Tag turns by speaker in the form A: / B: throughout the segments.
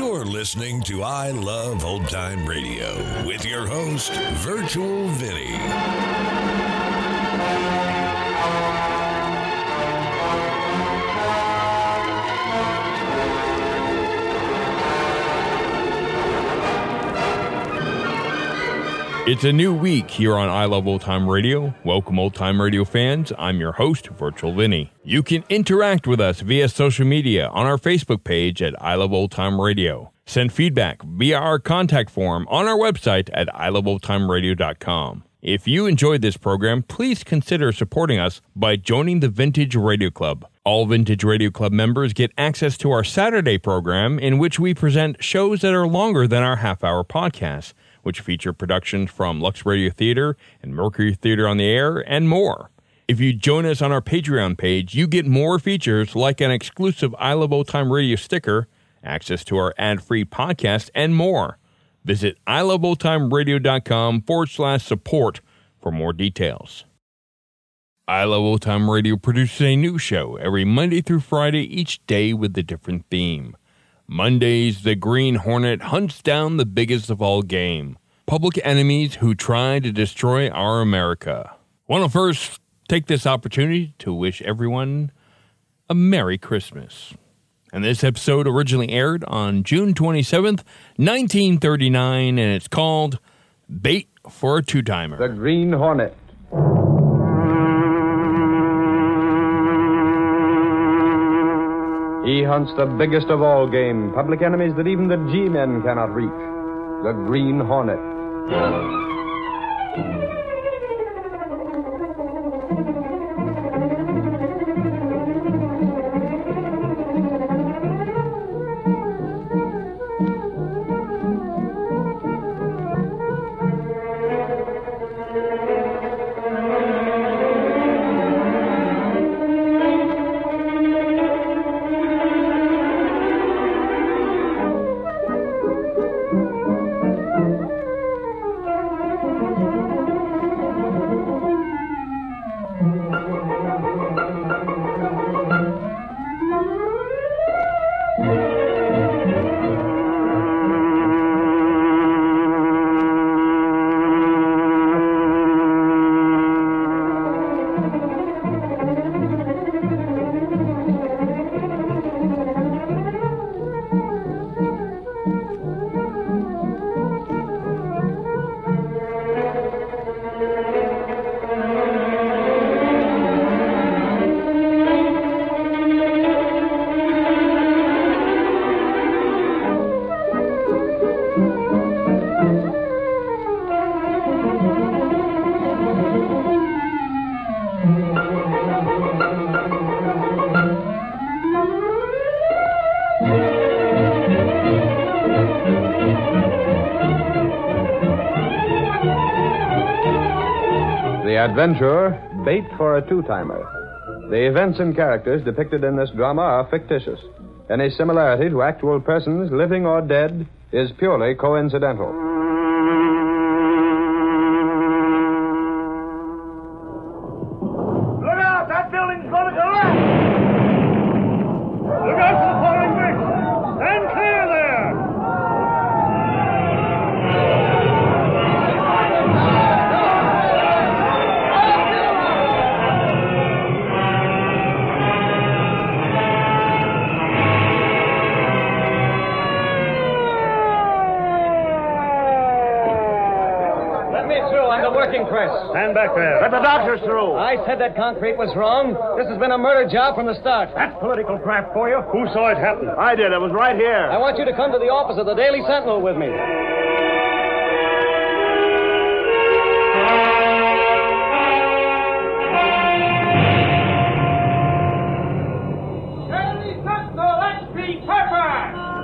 A: listening to I Love Old Time Radio with your host, Virtual Vinny.
B: It's a new week here on I Love Old Time Radio. Welcome, Old Time Radio fans. I'm your host, Virtual Vinny. You can interact with us via social media on our Facebook page at I Love Old Time Radio. Send feedback via our contact form on our website at iloveoldtimeradio.com. If you enjoyed this program, please consider supporting us by joining the Vintage Radio Club. All Vintage Radio Club members get access to our Saturday program, in which we present shows that are longer than our half hour podcasts which feature productions from Lux Radio Theater and Mercury Theater on the Air, and more. If you join us on our Patreon page, you get more features like an exclusive I Love Old Time Radio sticker, access to our ad free podcast, and more. Visit iloveoldtimeradio.com forward slash support for more details. I Love Old Time Radio produces a new show every Monday through Friday, each day with a different theme. Mondays, the Green Hornet hunts down the biggest of all game public enemies who try to destroy our America. Want to first take this opportunity to wish everyone a Merry Christmas. And this episode originally aired on June 27th, 1939, and it's called Bait for a Two Timer.
C: The Green Hornet. He hunts the biggest of all game, public enemies that even the G men cannot reach the Green Hornet. The adventure, bait for a two timer. The events and characters depicted in this drama are fictitious. Any similarity to actual persons, living or dead, is purely coincidental.
D: Look out! That building's going to collapse! Look out for the falling bricks! Stand clear there!
E: Let me through. I'm the working press.
D: Stand back there. Let the doctors through.
E: I said that concrete was wrong. This has been a murder job from the start.
D: That's political crap for you. Who saw it happen? I did. I was right
E: I
D: here.
E: want you to come to the office of the Daily Sentinel with me.
F: Daily Sentinel XP Pepper!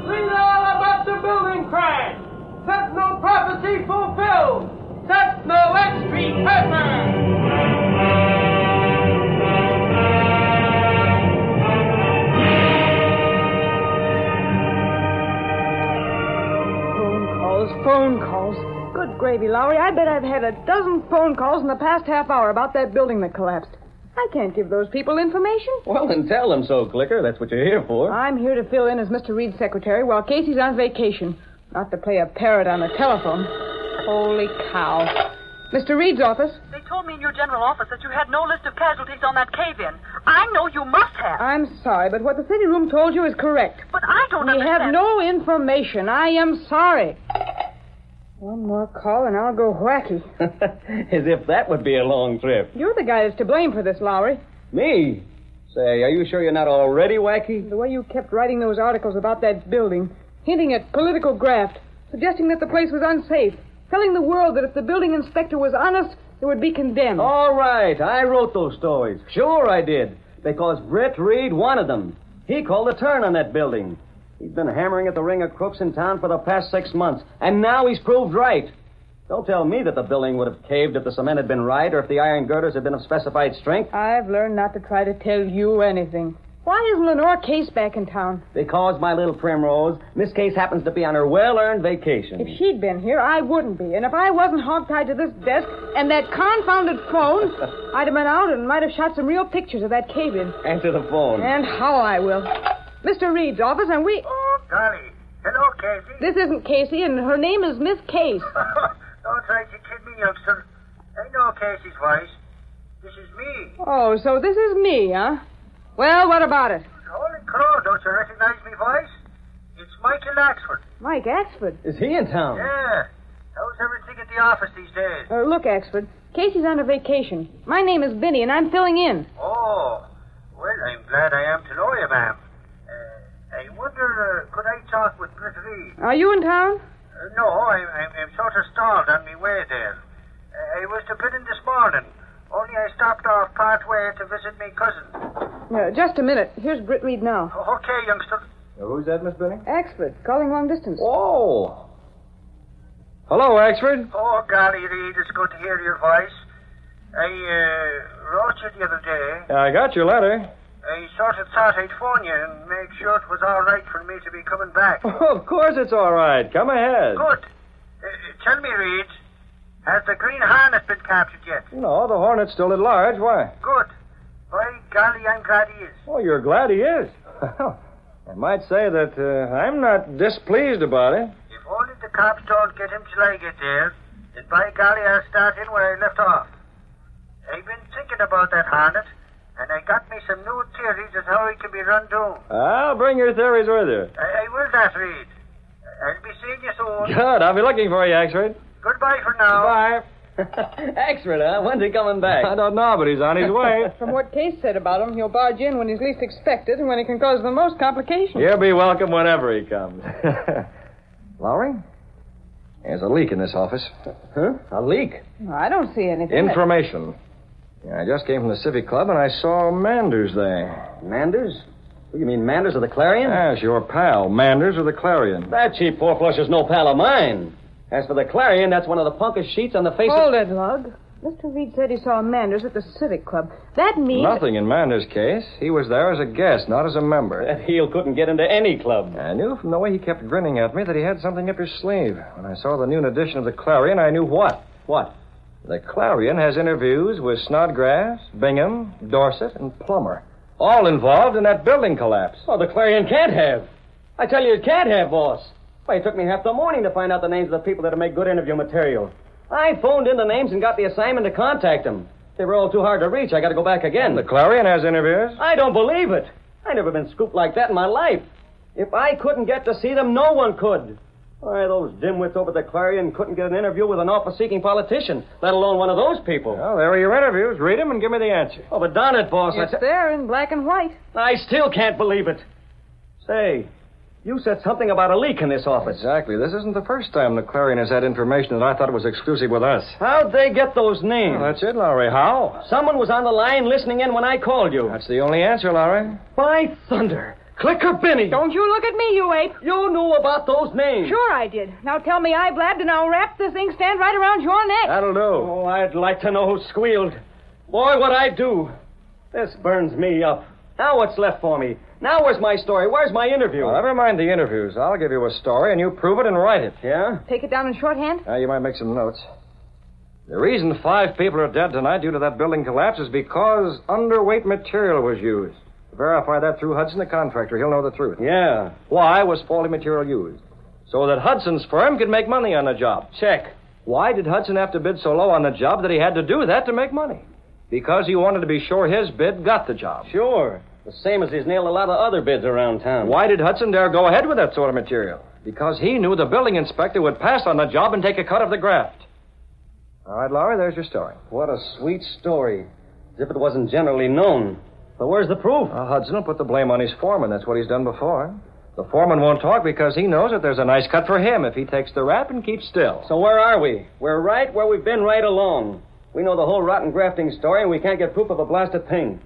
F: Read all about the building crash! Sentinel prophecy fulfilled! Sentinel XP Pepper!
G: Phone calls, phone calls. Good gravy, Lowry. I bet I've had a dozen phone calls in the past half hour about that building that collapsed. I can't give those people information.
E: Well, then tell them so, Clicker. That's what you're here for.
G: I'm here to fill in as Mr. Reed's secretary while Casey's on vacation, not to play a parrot on the telephone. Holy cow. Mr. Reed's office.
H: They told me in your general office that you had no list of casualties on that cave-in. I know you must have.
G: I'm sorry, but what the city room told you is correct.
H: But I don't
G: We
H: understand.
G: have no information. I am sorry. One more call and I'll go wacky.
E: As if that would be a long trip.
G: You're the guy that's to blame for this, Lowry.
E: Me? Say, are you sure you're not already wacky?
G: The way you kept writing those articles about that building, hinting at political graft, suggesting that the place was unsafe, telling the world that if the building inspector was honest, it would be condemned.
E: All right, I wrote those stories. Sure I did. Because Brett Reed wanted them. He called a turn on that building. He's been hammering at the ring of crooks in town for the past six months, and now he's proved right. Don't tell me that the building would have caved if the cement had been right or if the iron girders had been of specified strength.
G: I've learned not to try to tell you anything. Why isn't Lenore Case back in town?
E: Because, my little primrose, Miss Case happens to be on her well-earned vacation.
G: If she'd been here, I wouldn't be. And if I wasn't hogtied to this desk and that confounded phone, I'd have been out and might have shot some real pictures of that cave-in.
E: Answer the phone.
G: And how I will. Mr. Reed's office, and we...
I: Oh, golly. Hello, Casey.
G: This isn't Casey, and her name is Miss Case.
I: Don't try to kid me, youngster. I know Casey's voice. This is me.
G: Oh, so this is me, huh? Well, what about it?
I: Holy crow, don't you recognize me voice? It's Michael Axford.
G: Mike Axford.
E: Is he in town?
I: Yeah. How's everything at the office these days?
G: Uh, look, Axford, Casey's on a vacation. My name is Vinny, and I'm filling in.
I: Oh. Well, I'm glad I am to know you, ma'am. Uh, I wonder, uh, could I talk with Britt Reed?
G: Are you in town?
I: Uh, no, I'm, I'm, I'm sort of stalled on my way there. Uh, I was to get in this morning, only I stopped off part way to visit me cousin.
G: Uh, just a minute. Here's Britt Reed now.
I: Okay, youngster.
D: Who's that, Miss Benning?
G: Axford, calling long distance.
E: Oh.
D: Hello, Axford.
I: Oh, golly, Reed, it's good to hear your voice. I uh, wrote you the other day.
D: I got your letter.
I: I sort of thought I'd phone you and make sure it was all right for me to be coming back.
D: of course it's all right. Come ahead.
I: Good. Uh, tell me, Reed, has the Green Hornet been captured yet?
D: No, the Hornet's still at large. Why?
I: Good. By golly, I'm glad he is.
D: Oh, you're glad he is. I might say that uh, I'm not displeased about it.
I: If only the cops don't get him till I get there, then by golly, I'll start in where I left off. I've been thinking about that Hornet, and I got me some new theories as how he can be run down.
D: I'll bring your theories with you.
I: I, I will that, Reed. I'll be seeing you soon.
D: Good. I'll be looking for you, Axford.
I: Goodbye for now.
D: Bye.
E: Axford, huh? When's he coming back?
D: I don't know, but he's on his way.
G: From what Case said about him, he'll barge in when he's least expected and when he can cause the most complications.
D: He'll be welcome whenever he comes. Lowry? There's a leak in this office.
E: Huh? A leak.
G: I don't see anything.
D: Information. Yeah, I just came from the Civic Club and I saw Manders there.
E: Manders? What, you mean Manders of the Clarion?
D: Yes, your pal, Manders of the Clarion.
E: that cheap poor flush is no pal of mine. As for the Clarion, that's one of the punkest sheets on the face
G: Hold
E: of...
G: it, Lug. Mr. Reed said he saw Manders at the Civic Club. That means...
D: Nothing in Manders' case. He was there as a guest, not as a member.
E: That heel couldn't get into any club.
D: I knew from the way he kept grinning at me that he had something up his sleeve. When I saw the noon edition of the Clarion, I knew what.
E: What?
D: The Clarion has interviews with Snodgrass, Bingham, Dorset, and Plummer. All involved in that building collapse.
E: Oh, the Clarion can't have. I tell you, it can't have, boss. Why, it took me half the morning to find out the names of the people that'll make good interview material. I phoned in the names and got the assignment to contact them. They were all too hard to reach. I got to go back again.
D: The Clarion has interviews?
E: I don't believe it. I never been scooped like that in my life. If I couldn't get to see them, no one could. Why, those dimwits over the Clarion couldn't get an interview with an office-seeking politician, let alone one of those people.
D: Well, there are your interviews. Read them and give me the answer.
E: Oh, but darn it, boss. I
G: It's
E: t-
G: there in black and white.
E: I still can't believe it. Say, you said something about a leak in this office.
D: Exactly. This isn't the first time the Clarion has had information that I thought was exclusive with us.
E: How'd they get those names?
D: Well, that's it, Lowry. How?
E: Someone was on the line listening in when I called you.
D: That's the only answer, Lowry.
E: By thunder. Clicker Benny.
G: Don't you look at me, you ape.
E: You knew about those names.
G: Sure I did. Now tell me I blabbed, and I'll wrap this ink stand right around your neck.
D: That'll do.
E: Oh, I'd like to know who squealed. Boy, what I do. This burns me up. Now what's left for me? Now where's my story? Where's my interview?
D: Well, never mind the interviews. I'll give you a story, and you prove it and write it.
E: Yeah?
D: Ah,
G: Take it down in shorthand.
D: Now, you might make some notes. The reason five people are dead tonight due to that building collapse is because underweight material was used. Verify that through Hudson, the contractor. He'll know the truth. Yeah. Why was faulty material used? So that Hudson's firm could make money on the job. Check. Why did Hudson have to bid so low on the job that he had to do that to make money? Because he wanted to be sure his bid got the job. Sure. The same as he's nailed a lot of other bids around town. Why did Hudson dare go ahead with that sort of material? Because he knew the building inspector would pass on the job and take a cut of the graft. All right, Laura, there's your story. What a sweet story. As if it wasn't generally known. But where's the proof? Hudson will put the blame on his foreman. That's what he's done before. The foreman won't talk because he knows that there's a nice cut for him if he takes the rap and keeps still. So where are we? We're right where we've been right along. We know the whole rotten grafting story, and we can't get proof of a blasted thing.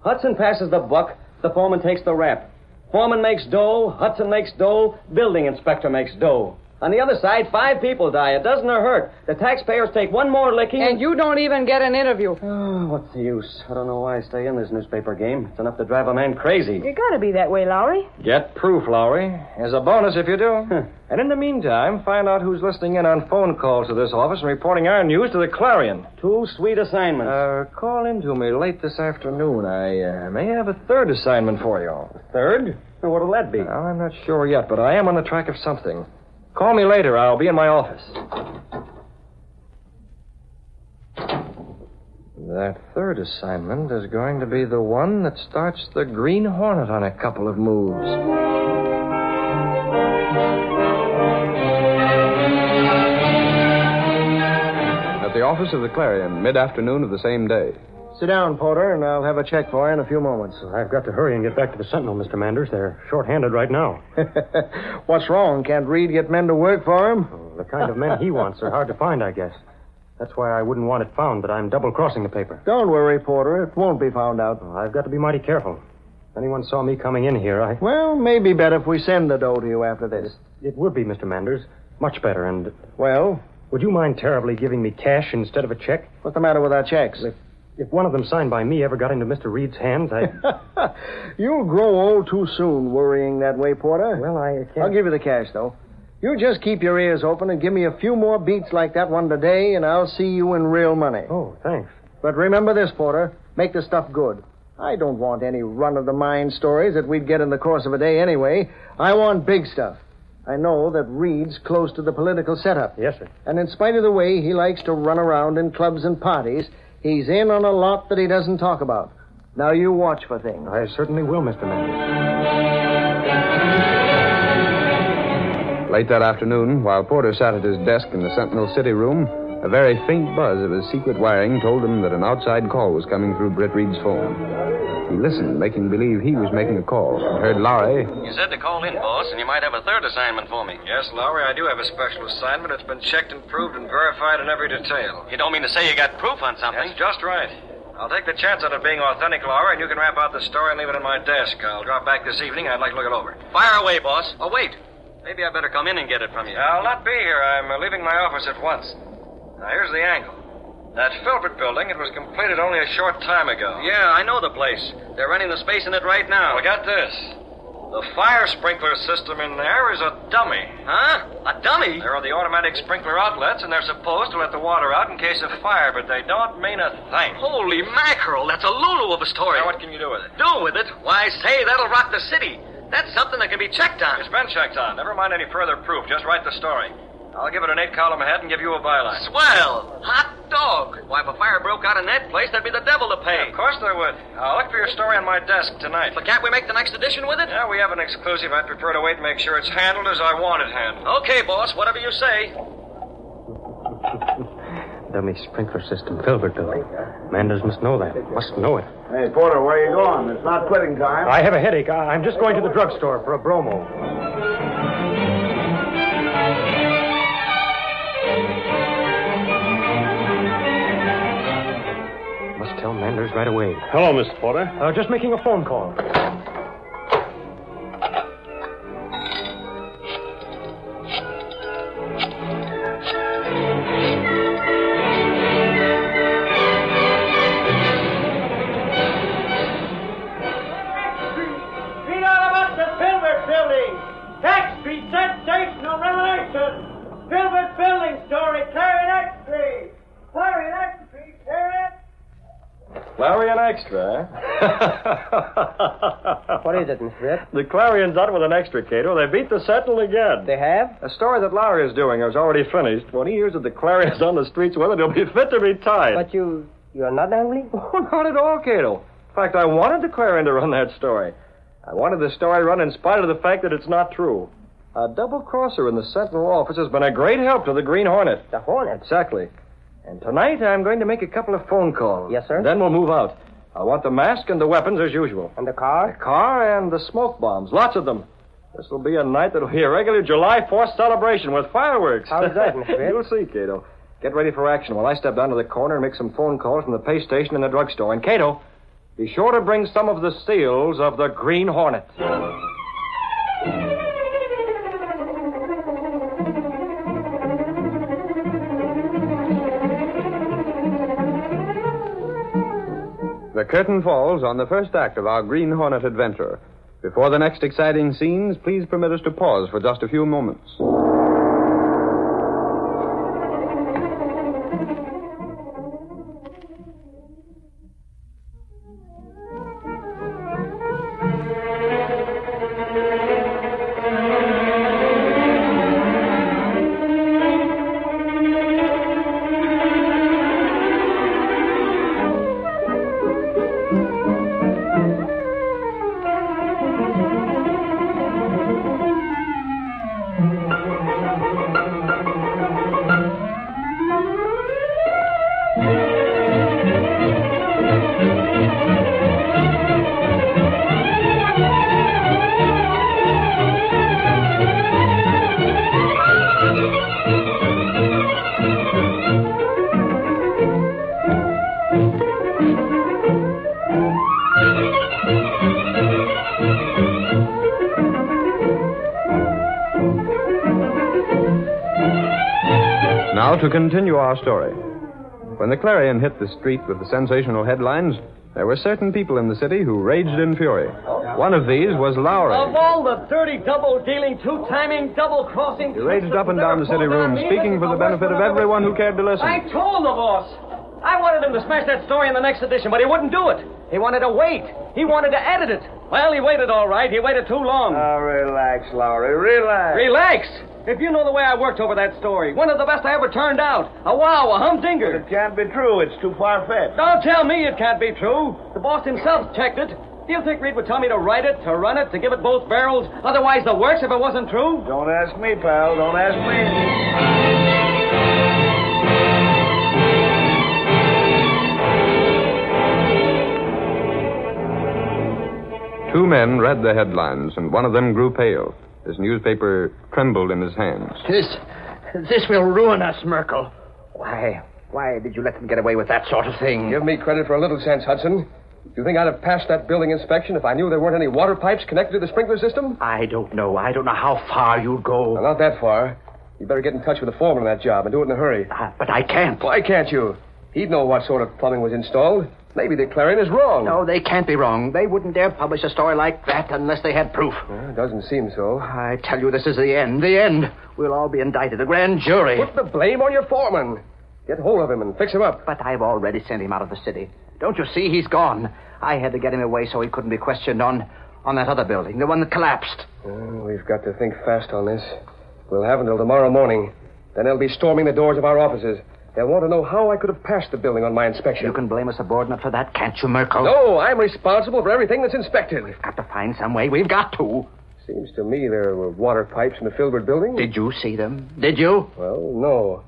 D: Hudson passes the buck. The foreman takes the rap. Foreman makes dough. Hudson makes dough. Building inspector makes dough. On the other side, five people die. A dozen are hurt. The taxpayers take one more licking.
G: And you don't even get an interview.
D: Oh, what's the use? I don't know why I stay in this newspaper game. It's enough to drive a man crazy.
G: You gotta be that way, Lowry.
D: Get proof, Lowry. As a bonus if you do. and in the meantime, find out who's listening in on phone calls to this office and reporting our news to the Clarion. Two sweet assignments. Uh, call in to me late this afternoon. I uh, may have a third assignment for you. Third? What'll that be? I'm not sure yet, but I am on the track of something. Call me later. I'll be in my office. That third assignment is going to be the one that starts the Green Hornet on a couple of moves.
C: At the office of the Clarion, mid afternoon of the same day.
D: Sit down, Porter, and I'll have a check for you in a few moments. I've got to hurry and get back to the Sentinel, Mr. Manders. They're short-handed right now. What's wrong? Can't Reed get men to work for him? Oh, the kind of men he wants are hard to find, I guess. That's why I wouldn't want it found that I'm double-crossing the paper. Don't worry, Porter. It won't be found out. I've got to be mighty careful. If anyone saw me coming in here, I... Well, maybe better if we send the dough to you after this. It would be, Mr. Manders. Much better, and... Well? Would you mind terribly giving me cash instead of a check? What's the matter with our checks? If one of them signed by me ever got into Mr. Reed's hands, I. You'll grow old too soon worrying that way, Porter. Well, I can't. I'll give you the cash, though. You just keep your ears open and give me a few more beats like that one today, and I'll see you in real money. Oh, thanks. But remember this, Porter. Make the stuff good. I don't want any run of the mind stories that we'd get in the course of a day anyway. I want big stuff. I know that Reed's close to the political setup. Yes, sir. And in spite of the way he likes to run around in clubs and parties, He's in on a lot that he doesn't talk about. Now you watch for things. I certainly will, Mr. Mendez.
C: Late that afternoon, while Porter sat at his desk in the Sentinel City room, a very faint buzz of his secret wiring told him that an outside call was coming through Britt Reed's phone. He listened, making believe he was making a call, and heard Lowry.
D: You said to call in, boss, and you might have a third assignment for me. Yes, Lowry, I do have a special assignment. It's been checked and proved and verified in every detail. You don't mean to say you got proof on something? That's just right. I'll take the chance on it being authentic, Lowry, and you can wrap out the story and leave it in my desk. I'll drop back this evening. I'd like to look it over. Fire away, boss. Oh, wait. Maybe I better come in and get it from you. I'll not be here. I'm uh, leaving my office at once. Now, here's the angle. That Filbert building, it was completed only a short time ago. Yeah, I know the place. They're renting the space in it right now. Well, got this. The fire sprinkler system in there is a dummy. Huh? A dummy? There are the automatic sprinkler outlets, and they're supposed to let the water out in case of fire, but they don't mean a thing. Holy mackerel, that's a lulu of a story. Now, what can you do with it? Do with it? Why, say, that'll rock the city. That's something that can be checked on. It's been checked on. Never mind any further proof. Just write the story. I'll give it an eight column head and give you a byline. Swell! Hot dog! Why, if a fire broke out in that place, there'd be the devil to pay. of course there would. I'll look for your story on my desk tonight. But can't we make the next edition with it? Yeah, we have an exclusive. I'd prefer to wait and make sure it's handled as I want it handled. Okay, boss, whatever you say.
J: Uh, Dummy sprinkler system, Filbert building. Manders must know that. Must know it.
K: Hey, Porter, where are you going? It's not quitting time.
J: I have a headache. I- I'm just going to the drugstore for a bromo. Must tell Manders right away.
L: Hello, Mr. Porter.
J: Uh, just making a phone call.
F: Read all about the Filbert building. Tax Street sensational revelation. Filbert building story carried X-ray. Fire
M: what is it, Miss Britt?
D: eh? The Clarion's out with an extra, Cato. They beat the Sentinel again.
M: They have?
D: A story that Lowry is doing is already finished. When he hears that the Clarion's on the streets with it, he'll be fit to be tied.
M: But you, you're not angry?
D: Oh, not at all, Cato. In fact, I wanted the Clarion to run that story. I wanted the story run in spite of the fact that it's not true. A double crosser in the Sentinel office has been a great help to the Green Hornet.
M: The Hornet?
D: Exactly. And tonight I'm going to make a couple of phone calls.
M: Yes, sir.
D: Then we'll move out. I want the mask and the weapons as usual.
M: And the car?
D: The car and the smoke bombs, lots of them. This will be a night that'll be a regular July 4th celebration with fireworks.
M: How's that, Miss Britt?
D: You'll see, Cato. Get ready for action while I step down to the corner and make some phone calls from the pay station and the drugstore. And, Cato, be sure to bring some of the seals of the Green Hornet.
C: The curtain falls on the first act of our Green Hornet adventure. Before the next exciting scenes, please permit us to pause for just a few moments. Now to continue our story. When the Clarion hit the street with the sensational headlines, there were certain people in the city who raged in fury. One of these was Lowry.
E: Of all the dirty double dealing, two timing, double crossing.
C: He raged up and down the city room, speaking for the benefit of everyone who cared to
E: I
C: listen.
E: told the boss. I wanted him to smash that story in the next edition, but he wouldn't do it. He wanted to wait. He wanted to edit it. Well, he waited all right. He waited too long.
K: Now, Ah, relax, Lowry. Relax.
E: Relax. If you know the way I worked over that story, one of the best I ever turned out. A wow, a humdinger.
K: It can't be true. It's too far fetched.
E: Don't tell me it can't be true. The boss himself checked it. Do you think Reed would tell me to write it, to run it, to give it both barrels? Otherwise, the works if it wasn't true?
K: Don't ask me, pal. Don't ask me.
C: Two men read the headlines, and one of them grew pale. His newspaper trembled in his hands.
N: This, this will ruin us, Merkel. Why, why did you let them get away with that sort of thing?
J: Give me credit for a little sense, Hudson. Do you think I'd have passed that building inspection if I knew there weren't any water pipes connected to the sprinkler system?
N: I don't know. I don't know how far you'd go.
J: Well, not that far. You better get in touch with the foreman of that job and do it in a hurry.
N: Uh, but I can't.
J: Why can't you? He'd know what sort of plumbing was installed. Maybe the Clarion is wrong.
N: No, they can't be wrong. They wouldn't dare publish a story like that unless they had proof.
J: Well, it doesn't seem so.
N: I tell you, this is the end. The end. We'll all be indicted. A grand jury.
J: Put the blame on your foreman. Get hold of him and fix him up.
N: But I've already sent him out of the city. Don't you see? He's gone. I had to get him away so he couldn't be questioned on, on that other building, the one that collapsed.
J: Oh, we've got to think fast on this. We'll have until tomorrow morning. Then they'll be storming the doors of our offices. They'll want to know how I could have passed the building on my inspection.
N: You can blame a subordinate for that, can't you, Merkel?
J: No, I'm responsible for everything that's inspected. We've
N: got to find some way. We've got to.
J: Seems to me there were water pipes in the Filbert building.
N: Did you see them? Did you?
J: Well, no.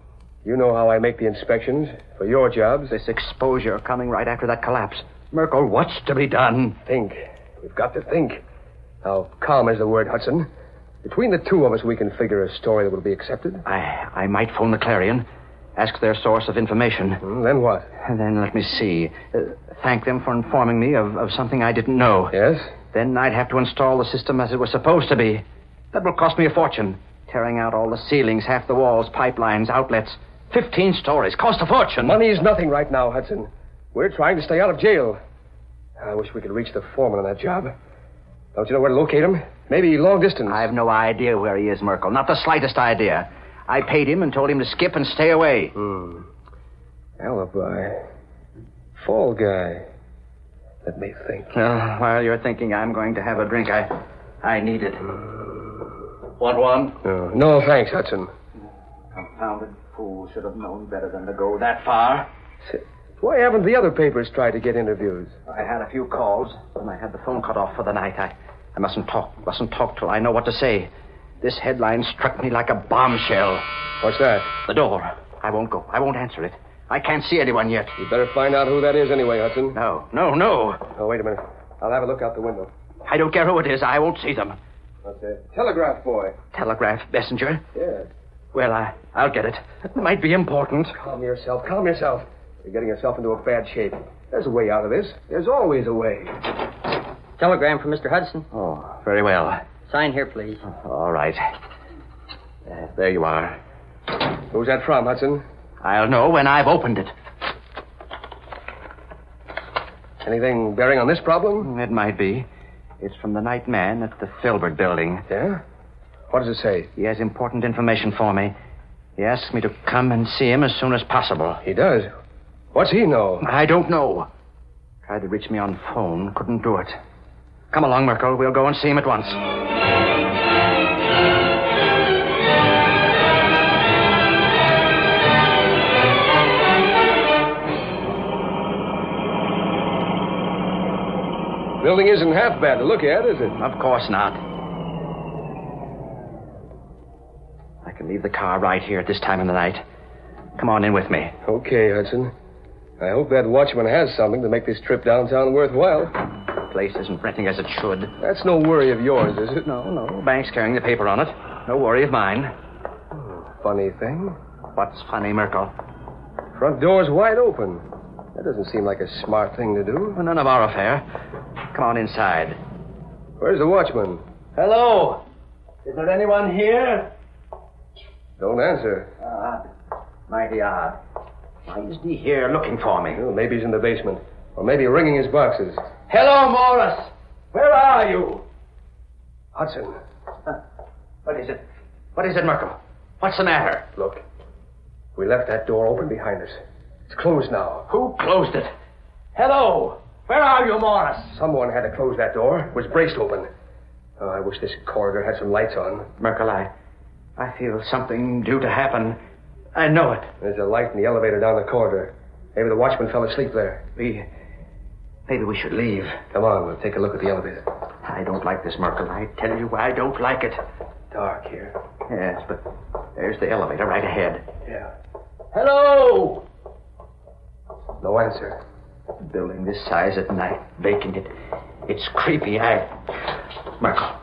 J: You know how I make the inspections for your jobs.
N: This exposure coming right after that collapse. Merkel, what's to be done?
J: Think. We've got to think. Now, calm is the word, Hudson. Between the two of us, we can figure a story that will be accepted.
N: I, I might phone the Clarion, ask their source of information.
J: Hmm, Then what?
N: And then let me see. Uh, thank them for informing me of, of something I didn't know.
J: Yes?
N: Then I'd have to install the system as it was supposed to be. That will cost me a fortune. Tearing out all the ceilings, half the walls, pipelines, outlets. Fifteen stories. Cost a fortune.
J: Money is nothing right now, Hudson. We're trying to stay out of jail. I wish we could reach the foreman on that job. Don't you know where to locate him? Maybe long distance.
N: I've no idea where he is, Merkel. Not the slightest idea. I paid him and told him to skip and stay away.
J: Hmm. Alibi. Fall guy. Let me think.
N: Well, Uh, while you're thinking, I'm going to have a drink. I, I need it. Want one?
J: No, no thanks, Hudson.
N: Confounded fool should have known better than to go that far.
J: Why haven't the other papers tried to get interviews?
N: I had a few calls, and I had the phone cut off for the night. I, I mustn't talk, mustn't talk till I know what to say. This headline struck me like a bombshell.
J: What's that?
N: The door. I won't go. I won't answer it. I can't see anyone yet.
J: You better find out who that is anyway, Hudson.
N: No, no, no.
J: Oh, wait a minute. I'll have a look out the window.
N: I don't care who it is. I won't see them.
J: Okay. Telegraph boy.
N: Telegraph messenger.
J: Yes.
N: Well, I, I'll get it. It might be important.
J: Calm yourself. Calm yourself. You're getting yourself into a bad shape. There's a way out of this. There's always a way.
M: Telegram from Mr. Hudson.
N: Oh, very well.
M: Sign here, please.
N: Oh, All right. Uh, there you are.
J: Who's that from, Hudson?
N: I'll know when I've opened it.
J: Anything bearing on this problem?
N: Mm, It might be. It's from the night man at the Filbert building.
J: Yeah? What does it say?
N: He has important information for me. He asks me to come and see him as soon as possible.
J: He does? What's he know?
N: I don't know. Tried to reach me on phone, couldn't do it. Come along, Merkel. We'll go and see him at once.
J: Building isn't half bad to look at, is it?
N: Of course not. I can leave the car right here at this time of the night. Come on in with me.
J: Okay, Hudson. I hope that watchman has something to make this trip downtown worthwhile.
N: The place isn't renting as it should.
J: That's no worry of yours, is it?
N: No, no. Bank's carrying the paper on it. No worry of mine.
J: Hmm, Funny thing.
N: What's funny, Merkel?
J: Front door's wide open. That doesn't seem like a smart thing to do.
N: Well, none of our affair. Come on inside.
J: Where's the watchman?
O: Hello. Is there anyone here?
J: Don't answer.
N: Odd. Mighty odd. Why isn't he here looking for me?
J: Well, Oh, maybe he's in the basement. Or maybe ringing his boxes.
O: Hello, Morris. Where are you?
J: Hudson.
N: Huh. What is it? What is it, Merkel? What's the matter?
J: Look. We left that door open behind us. It's closed now.
O: Who closed it? Hello. Where are you, Morris?
J: Someone had to close that door. It was braced open. Oh, I wish this corridor had some lights on.
N: Merkel, I, I feel something due to happen. I know it.
J: There's a light in the elevator down the corridor. Maybe the watchman fell asleep there.
N: We, maybe we should leave.
J: Come on, we'll take a look at the elevator.
N: I don't like this, Merkel. I tell you, I don't like it.
J: Dark here.
N: Yes, but there's the elevator right ahead.
J: Yeah.
O: Hello.
J: No answer.
N: A building this size at night, vacant. It, it's creepy. I. Merkel.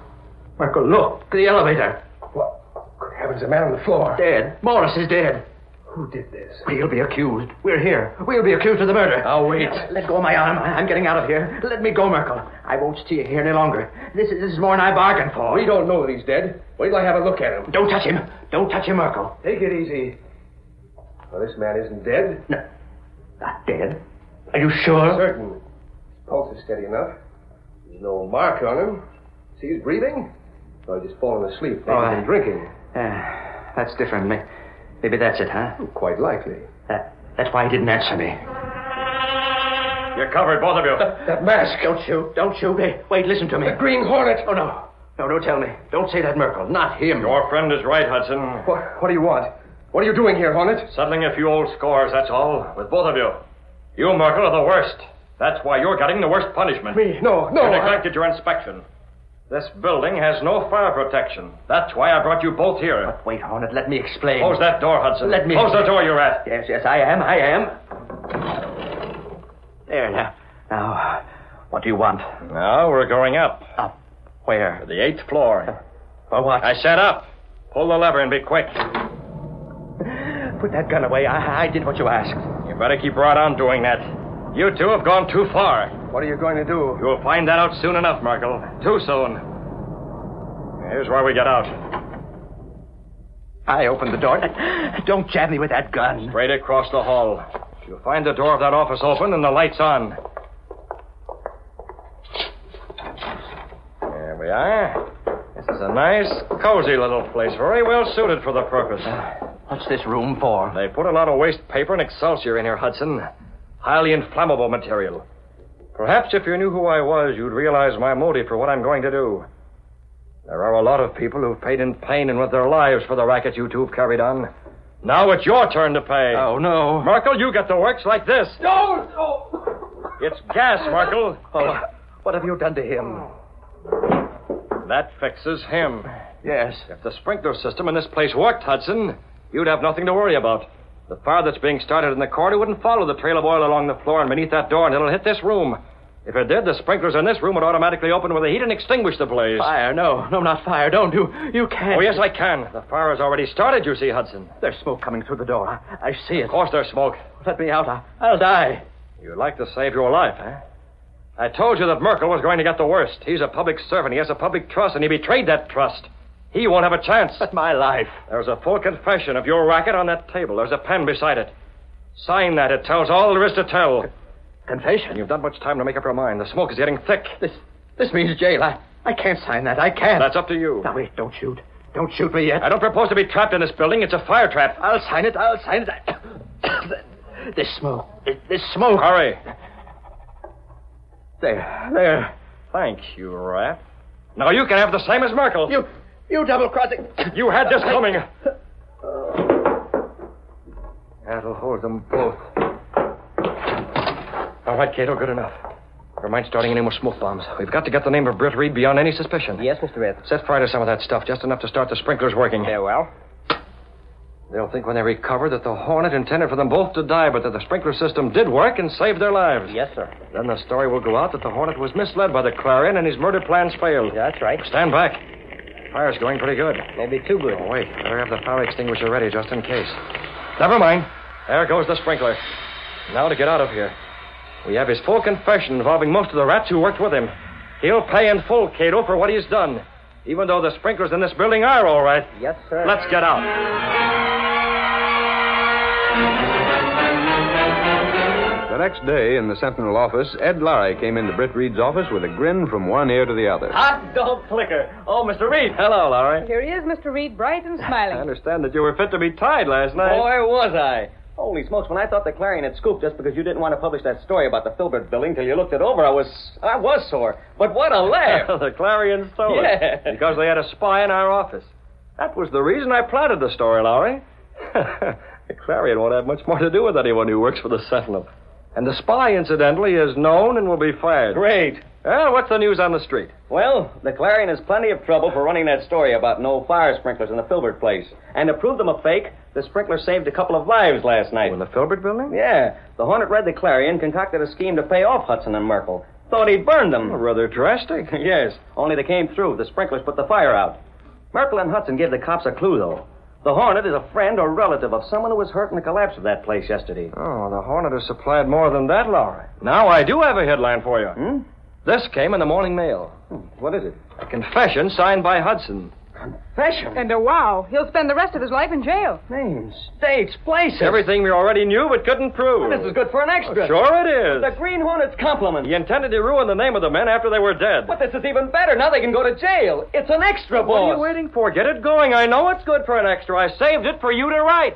N: Merkel, look. The elevator.
J: What? Good heavens, a man on the floor.
N: Dead. Morris is dead.
J: Who did this?
N: We'll be accused. We're here. We'll be accused of the murder.
J: Now, wait.
N: Let go of my arm. I'm getting out of here. Let me go, Merkel. I won't stay here any longer. This is, this is more than I bargained for.
J: We don't know that he's dead. Wait till I have a look at him.
N: Don't touch him. Don't touch him, Merkel.
J: Take it easy. Well, this man isn't dead.
N: No. Not dead. Are you sure?
J: Certain. His pulse is steady enough. There's no mark on him. See, he's breathing. Well, he's just fallen asleep. Maybe
N: Oh,
J: he's been
N: I-
J: drinking.
N: Uh, that's different. May- Maybe that's it, huh?
J: Quite likely.
N: That, that's why he didn't answer me.
O: You're covered, both of you.
J: That mask.
N: Don't shoot. Don't shoot. Hey, wait, listen to me.
J: The Green Hornet.
N: Oh, no. No, don't tell me. Don't say that, Merkel. Not him.
D: Your friend is right, Hudson.
J: What, what do you want? What are you doing here, Hornet?
D: Settling a few old scores, that's all, with both of you. You, Merkel, are the worst. That's why you're getting the worst punishment.
J: Me? No, no.
D: You
J: I-
D: neglected your inspection. This building has no fire protection. That's why I brought you both here.
N: Wait, Hornet, let me explain.
D: Close that door, Hudson.
N: Let me-
D: Close the door you're at.
N: Yes, yes, I am. I am. There, now. Now, what do you want?
D: Now we're going up.
N: Up. Where?
D: To the eighth floor.
N: For what?
D: I said up. Pull the lever and be quick.
N: Put that gun away. I, I did what you asked.
D: You better keep right on doing that. You two have gone too far.
J: What are you going to do?
D: You'll find that out soon enough, Merkel. Too soon. Here's where we get out.
N: I opened the door. Don't jab me with that gun.
D: Right across the hall. You'll find the door of that office open and the lights on. There we are. This is a nice, cozy little place, very well suited for the purpose.
N: What's this room for?
D: They put a lot of waste paper and excelsior in here, Hudson. Highly inflammable material. Perhaps if you knew who I was, you'd realize my motive for what I'm going to do. There are a lot of people who've paid in pain and with their lives for the racket you two've carried on. Now it's your turn to pay. Oh, no. Merkel, you get the works like this.
F: No, no.
D: It's gas, Merkel.
N: Oh,
J: What have you done to him?
D: That fixes him.
J: Yes.
D: If the sprinkler system in this place worked, Hudson, you'd have nothing to worry about. The fire that's being started in the corridor wouldn't follow the trail of oil along the floor and beneath that door until it hit this room. If it did, the sprinklers in this room would automatically open with the heat and extinguish the blaze.
N: Fire? No, no, not fire. Don't you? You
D: Oh,
N: can't.
D: yes, I can. The fire has already started, you see, Hudson.
N: There's smoke coming through the door. I, I see it.
D: Of course there's smoke.
N: Let me out. I, I'll die.
D: You'd like to save your life, eh? I told you that Merkel was going to get the worst. He's a public servant. He has a public trust, and he betrayed that trust. He won't have a chance.
N: But my life.
D: There's a full confession of your racket on that table. There's a pen beside it. Sign that. It tells all there is to tell.
N: Confession?
D: And you've not much time to make up your mind. The smoke is getting thick.
N: This this means jail. I, I can't sign that. I can't.
D: That's up to you.
N: Now, wait. Don't shoot. Don't shoot me yet.
D: I don't propose to be trapped in this building. It's a fire trap.
N: I'll sign it. I'll sign it. this smoke. This smoke.
D: Hurry.
N: There. There.
D: Thank you, Rat. Now you can have the same as Merkel.
N: You. You double crossing.
D: You had this coming.
J: That'll hold them both.
D: All right, Cato, good enough. Never mind starting any more smoke bombs. We've got to get the name of Britt Reed beyond any suspicion.
M: Yes, Mr. Red.
D: Set fire to some of that stuff, just enough to start the sprinklers working.
M: Very well.
D: They'll think when they recover that the Hornet intended for them both to die, but that the sprinkler system did work and saved their lives.
M: Yes, sir.
D: Then the story will go out that the Hornet was misled by the Clarion and his murder plans failed.
M: That's right.
D: Stand back. Fire's going pretty good.
M: Maybe too good.
D: Oh, wait. Better have the fire extinguisher ready just in case. Never mind. There goes the sprinkler. Now to get out of here. We have his full confession involving most of the rats who worked with him. He'll pay in full, Cato, for what he's done. Even though the sprinklers in this building are all right.
M: Yes, sir.
D: Let's get out.
C: The next day in the Sentinel office, Ed Larry came into Britt Reed's office with a grin from one ear to the other.
E: Hot dog flicker. Oh, Mr. Reed.
D: Hello, Larry.
G: Here he is, Mr. Reed, bright and smiling. I
D: understand that you were fit to be tied last night.
E: Boy, was I. Holy smokes, when I thought the Clarion had scooped us because you didn't want to publish that story about the Filbert building till you looked it over, I was I was sore. But what a laugh.
D: the Clarion stole
E: yeah.
D: it. Because they had a spy in our office. That was the reason I planted the story, Lowry. the Clarion won't have much more to do with anyone who works for the Sentinel. And the spy, incidentally, is known and will be fired.
E: Great.
D: Well, what's the news on the street?
E: Well, the Clarion has plenty of trouble for running that story about no fire sprinklers in the Filbert place. And to prove them a fake, the sprinkler saved a couple of lives last night.
D: Oh, in the Filbert building?
E: Yeah. The Hornet read the Clarion, concocted a scheme to pay off Hudson and Merkel. Thought he'd burned them.
D: Oh, rather drastic.
E: yes. Only they came through. The sprinklers put the fire out. Merkel and Hudson gave the cops a clue, though. The Hornet is a friend or relative of someone who was hurt in the collapse of that place yesterday.
D: Oh, the Hornet has supplied more than that, Laura. Now I do have a headline for you.
E: Hmm?
D: This came in the morning mail.
E: What is it?
D: A confession signed by Hudson.
E: Confession?
G: And a wow. He'll spend the rest of his life in jail.
E: Names, states, places.
D: Everything we already knew but couldn't prove.
E: Well, this is good for an extra.
D: Oh, sure it is.
E: The Green Hornet's compliment.
D: He intended to ruin the name of the men after they were dead.
E: But this is even better. Now they can go to jail. It's an extra, boss.
D: What are you waiting for? Get it going. I know it's good for an extra. I saved it for you to write.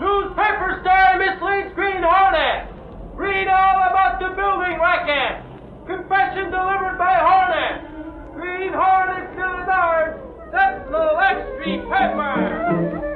F: Newspaper star misleads Green Hornet. Read all about the building racket. Confession delivered by Hornet. Green Hornet still in ours. That's the Lexi Pepper.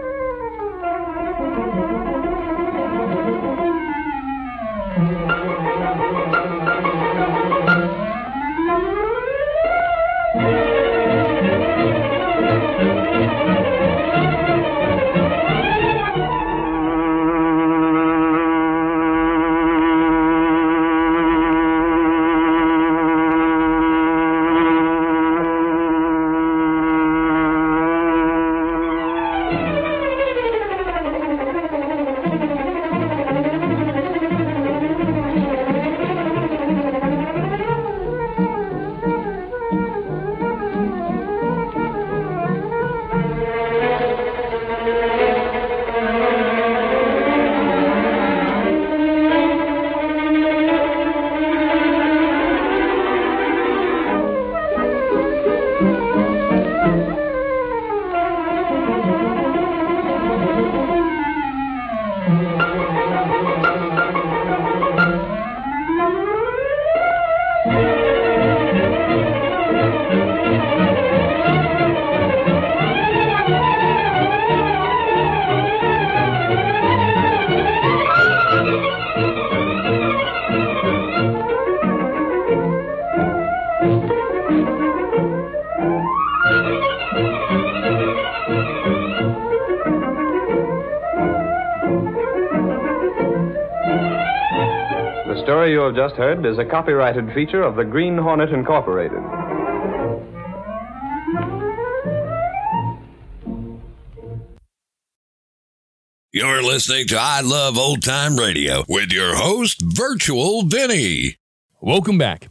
C: story you have just heard is a copyrighted feature of the Green Hornet Incorporated.
A: You're listening to I Love Old Time Radio with your host, Virtual Vinny.
B: Welcome back.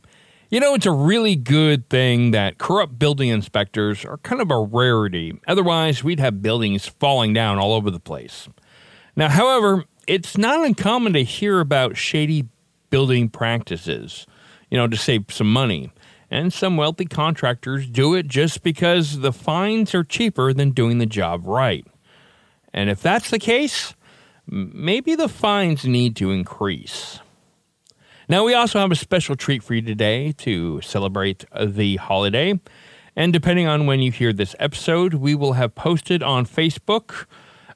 B: You know, it's a really good thing that corrupt building inspectors are kind of a rarity. Otherwise, we'd have buildings falling down all over the place. Now, however, it's not uncommon to hear about shady building practices, you know, to save some money. And some wealthy contractors do it just because the fines are cheaper than doing the job right. And if that's the case, m- maybe the fines need to increase. Now, we also have a special treat for you today to celebrate the holiday. And depending on when you hear this episode, we will have posted on Facebook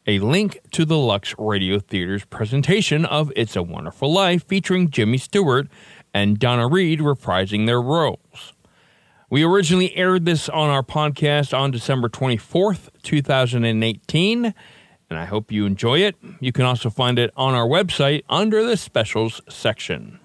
B: a link to the Lux Radio Theater's presentation of It's a Wonderful Life featuring Jimmy Stewart and Donna Reed reprising their roles. We originally aired this on our podcast on December 24th, 2018, and I hope you enjoy it. You can also find it on our website under the specials section.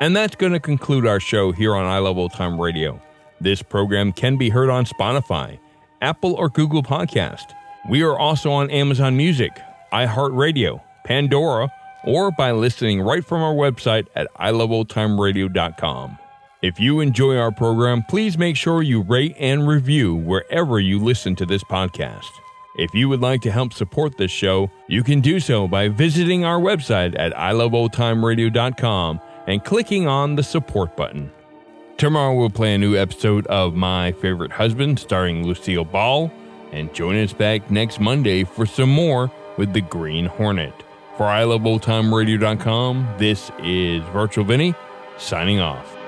B: And that's going to conclude our show here on Eye Level Time Radio. This program can be heard on Spotify, Apple or Google Podcast. We are also on Amazon Music, iHeartRadio, Pandora, or by listening right from our website at iloveoldtimeradio.com. If you enjoy our program, please make sure you rate and review wherever you listen to this podcast. If you would like to help support this show, you can do so by visiting our website at iloveoldtimeradio.com and clicking on the support button. Tomorrow we'll play a new episode of My Favorite Husband starring Lucille Ball and join us back next Monday for some more with the Green Hornet. For iloveoldtimeradio.com, this is Virtual Vinny signing off.